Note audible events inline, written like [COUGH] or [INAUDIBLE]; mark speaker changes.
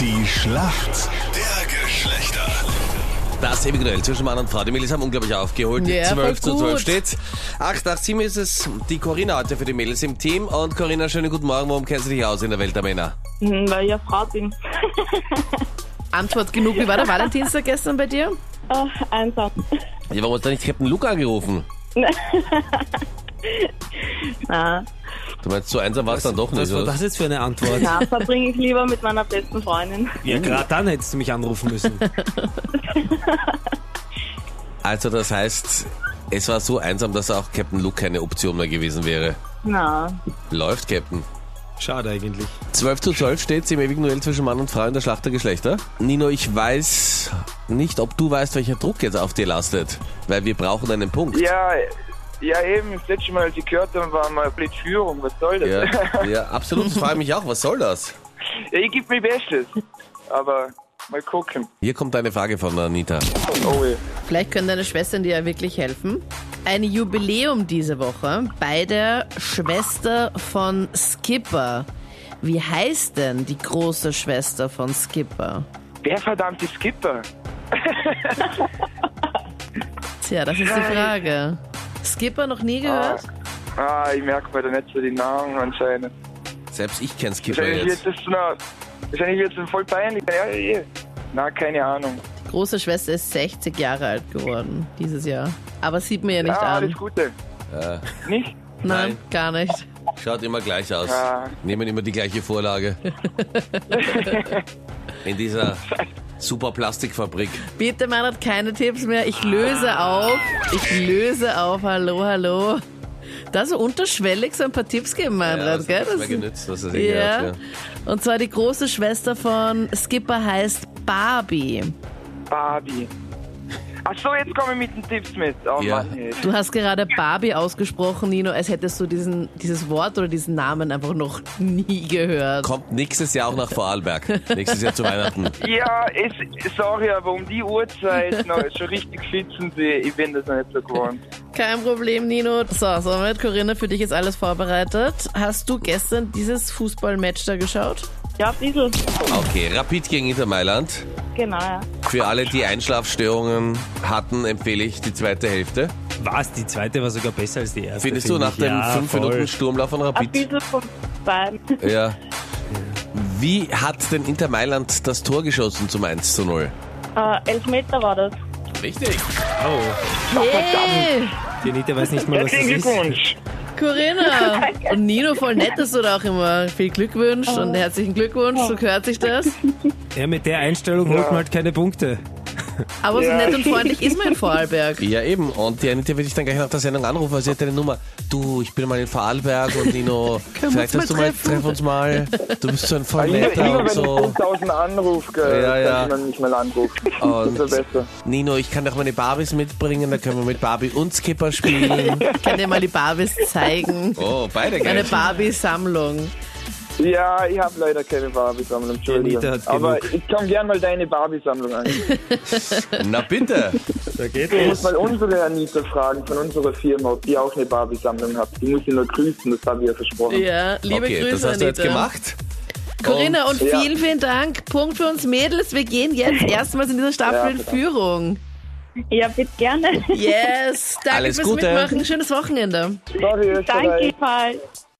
Speaker 1: Die Schlacht der Geschlechter.
Speaker 2: Das ewige Duell zwischen Mann und Frau. Die Mädels haben unglaublich aufgeholt.
Speaker 3: Ja, voll
Speaker 2: 12 zu 12
Speaker 3: gut.
Speaker 2: steht's. 8 nach 7 ist es die Corinna heute für die Mädels im Team. Und Corinna, schönen guten Morgen. Warum kennst du dich aus in der Welt der Männer?
Speaker 4: Hm, Weil ich eine Frau bin.
Speaker 3: Antwort genug. Wie war der Valentinstag gestern bei dir?
Speaker 4: Ah, einsam.
Speaker 2: Ja, warum hast du nicht Captain Luke
Speaker 3: [LAUGHS]
Speaker 2: angerufen?
Speaker 4: Nein,
Speaker 2: Du meinst, so einsam war es dann doch nicht.
Speaker 5: Was war
Speaker 2: oder?
Speaker 5: das jetzt für eine Antwort?
Speaker 4: nein, verbringe ich lieber mit meiner besten Freundin.
Speaker 5: Ja, gerade dann hättest du mich anrufen müssen.
Speaker 2: Also das heißt, es war so einsam, dass auch Captain Luke keine Option mehr gewesen wäre.
Speaker 4: Nein.
Speaker 2: Läuft, Captain.
Speaker 5: Schade eigentlich.
Speaker 2: 12 zu 12 steht's im ewigen Duell zwischen Mann und Frau in der Schlacht der Geschlechter. Nino, ich weiß nicht, ob du weißt, welcher Druck jetzt auf dir lastet. Weil wir brauchen einen Punkt.
Speaker 6: Ja, ja eben, das letzte Mal, als ich gehört habe, war mal Blitzführung, was soll das?
Speaker 2: Ja, ja absolut. Das frage ich mich auch. Was soll das?
Speaker 6: [LAUGHS] Ja, ich gebe mein Bestes, aber mal gucken.
Speaker 2: Hier kommt eine Frage von der Anita.
Speaker 6: Oh, ja.
Speaker 3: Vielleicht können deine Schwestern dir ja wirklich helfen. Ein Jubiläum diese Woche bei der Schwester von Skipper. Wie heißt denn die große Schwester von Skipper?
Speaker 6: der verdammte Skipper.
Speaker 3: Tja, das ist die Frage. Skipper noch nie gehört?
Speaker 6: Ah, ich merke mir da nicht so die Namen anscheinend.
Speaker 2: Selbst ich kenn's Skipper
Speaker 6: Wahrscheinlich
Speaker 2: jetzt.
Speaker 6: wird das noch, wahrscheinlich wird es voll peinlich. Ja, ja. Na, keine Ahnung.
Speaker 3: Die große Schwester ist 60 Jahre alt geworden dieses Jahr. Aber sieht mir ja nicht
Speaker 6: Ja,
Speaker 3: an.
Speaker 6: Ah, alles Gute.
Speaker 2: Äh,
Speaker 6: Nicht?
Speaker 3: Nein,
Speaker 2: Nein.
Speaker 3: gar nicht.
Speaker 2: schaut immer gleich aus.
Speaker 6: Ja.
Speaker 2: Nehmen immer die gleiche
Speaker 6: [LAUGHS]
Speaker 2: Vorlage. In dieser super Plastikfabrik.
Speaker 3: Bitte, man hat keine Tipps mehr. Ich löse auf. Ich löse auf. Hallo, hallo. Da so unterschwellig so ein paar Tipps geben, Meinrad,
Speaker 2: ja,
Speaker 3: gell?
Speaker 2: das hat nichts mehr genützt, was er sich gehört, ja.
Speaker 3: Und zwar die große Schwester von Skipper heißt Barbie.
Speaker 6: Barbie. Ach so, jetzt komme ich mit den Tipps mit. Oh
Speaker 2: Ja.
Speaker 6: Mann, ey.
Speaker 3: Du hast gerade Barbie ausgesprochen, Nino, als hättest du diesen, dieses Wort oder diesen Namen einfach noch nie gehört.
Speaker 2: Kommt nächstes Jahr auch nach Vorarlberg. nächstes Jahr zu Weihnachten.
Speaker 6: Ja, es, sorry, aber um die Uhrzeit noch schon richtig schwitzen sie. Ich bin das noch nicht so gewohnt.
Speaker 3: Kein Problem, Nino. So, somit, Corinna, für dich ist alles vorbereitet. Hast du gestern dieses Fußballmatch da geschaut?
Speaker 4: Ja, ein bisschen.
Speaker 2: Okay, Rapid gegen Inter Mailand.
Speaker 4: Genau, ja.
Speaker 2: Für alle, die Einschlafstörungen hatten, empfehle ich die zweite Hälfte.
Speaker 5: Was? Die zweite war sogar besser als die erste.
Speaker 2: Findest
Speaker 5: find
Speaker 2: du nach
Speaker 5: ich.
Speaker 2: dem
Speaker 5: ja,
Speaker 2: 5
Speaker 5: voll.
Speaker 2: Minuten Sturmlauf von
Speaker 4: Ein
Speaker 2: Rapid?
Speaker 4: bisschen von beiden.
Speaker 2: Ja. Wie hat denn Inter Mailand das Tor geschossen zum 1 zu 0?
Speaker 4: Äh, elf Meter war das.
Speaker 2: Richtig.
Speaker 5: Oh,
Speaker 3: Hey,
Speaker 5: die Anita weiß nicht mal, was das
Speaker 6: Herzlichen
Speaker 5: ist.
Speaker 6: Glückwunsch.
Speaker 3: Corinna! Und Nino, voll nett, dass du da auch immer viel Glück wünschst und herzlichen Glückwunsch, so gehört sich das.
Speaker 5: Ja, mit der Einstellung holt man halt keine Punkte.
Speaker 3: Aber so
Speaker 6: Ja.
Speaker 3: nett und freundlich ist man in Vorarlberg.
Speaker 2: Ja, eben. Und die Anita will ich dann gleich nach der Sendung anrufen, weil sie hat eine Nummer. Du, ich bin mal in Vorarlberg und
Speaker 3: [LAUGHS]
Speaker 2: Nino,
Speaker 3: wir
Speaker 2: vielleicht
Speaker 3: uns
Speaker 2: hast du
Speaker 3: mal
Speaker 2: mal,
Speaker 3: treffen?
Speaker 2: treff uns mal. Du bist so ein voll
Speaker 6: Immer,
Speaker 2: netter
Speaker 6: immer
Speaker 2: und
Speaker 6: wenn ich
Speaker 2: so.
Speaker 6: 5000 Anruf, gell,
Speaker 2: Ja, ja.
Speaker 6: dass man mich mal anruft. [LAUGHS]
Speaker 2: Und-
Speaker 6: das wäre besser.
Speaker 2: Nino, ich kann doch meine Barbies mitbringen, da können wir mit Barbie und Skipper
Speaker 3: [LAUGHS]
Speaker 2: spielen.
Speaker 3: Ich kann dir mal die Barbies zeigen.
Speaker 2: Oh, beide
Speaker 3: Meine
Speaker 2: gleich.
Speaker 3: Barbie-Sammlung.
Speaker 6: Ja, ich habe leider keine Barbie-Sammlung,
Speaker 5: Anita
Speaker 6: Entschuldigung.
Speaker 5: hat
Speaker 6: Aber
Speaker 5: genug.
Speaker 6: ich kann gern mal deine Barbie-Sammlung an.
Speaker 2: Na bitte.
Speaker 5: Da geht
Speaker 6: Ich muss mal unsere Anita fragen von unserer Firma, ob die auch eine Barbie-Sammlung hat. Die muss ich nur grüßen, das habe ich ja versprochen.
Speaker 3: Ja, liebe
Speaker 2: okay,
Speaker 3: Grüße,
Speaker 2: das hast du jetzt
Speaker 3: Anita.
Speaker 2: gemacht.
Speaker 3: Corinna, und
Speaker 6: Ja.
Speaker 3: vielen, vielen Dank. Punkt für uns Mädels. Wir gehen jetzt erstmals in dieser Staffel
Speaker 6: Ja,
Speaker 3: in
Speaker 6: verdammt.
Speaker 3: Führung.
Speaker 4: Ja, bitte gerne.
Speaker 3: Yes, danke
Speaker 2: Alles
Speaker 3: fürs
Speaker 2: Gute.
Speaker 3: Mitmachen. Schönes Wochenende.
Speaker 6: Sorry, Österreich.
Speaker 4: Danke, Paul.